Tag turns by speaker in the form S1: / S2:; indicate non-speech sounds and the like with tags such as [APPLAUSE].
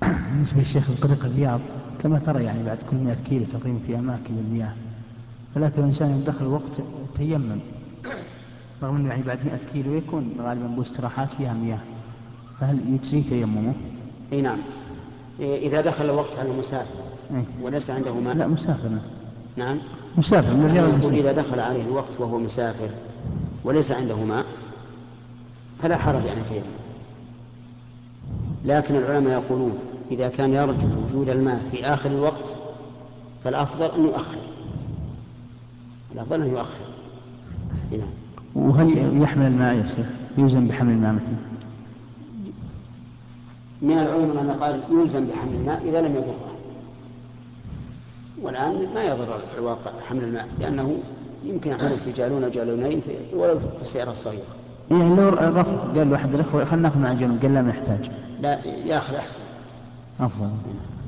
S1: [CLEARS THROAT] بالنسبة لشيخ الطريق الرياض كما ترى يعني بعد كل 100 كيلو تقريبا في أماكن المياه ولكن الإنسان إذا دخل وقت تيمم رغم أنه يعني بعد 100 كيلو يكون غالبا باستراحات فيها مياه فهل يجزي تيممه؟
S2: اي نعم إيه، اذا دخل الوقت على المسافر
S1: إيه.
S2: وليس عنده ماء
S1: لا مسافر
S2: نعم
S1: مسافر من الرياض
S2: نقول
S1: للمسجد.
S2: اذا دخل عليه الوقت وهو مسافر وليس عنده ماء فلا حرج ان يتيمم لكن العلماء يقولون اذا كان يرجو وجود الماء في اخر الوقت فالافضل ان يؤخر الافضل ان يؤخر إي نعم
S1: وهل يحمل الماء يا شيخ؟ يلزم بحمل الماء مثلا؟
S2: من العلماء من قال يلزم بحمل الماء اذا لم يضره والان ما يضر الواقع حمل الماء لانه يمكن يحمله في جالون أو جالونين في ولو في السياره الصغيره
S1: يعني لو رفض قال له احد الاخوه خلينا ناخذ مع جنوب قال لا ما يحتاج
S2: لا ياخذ احسن
S1: افضل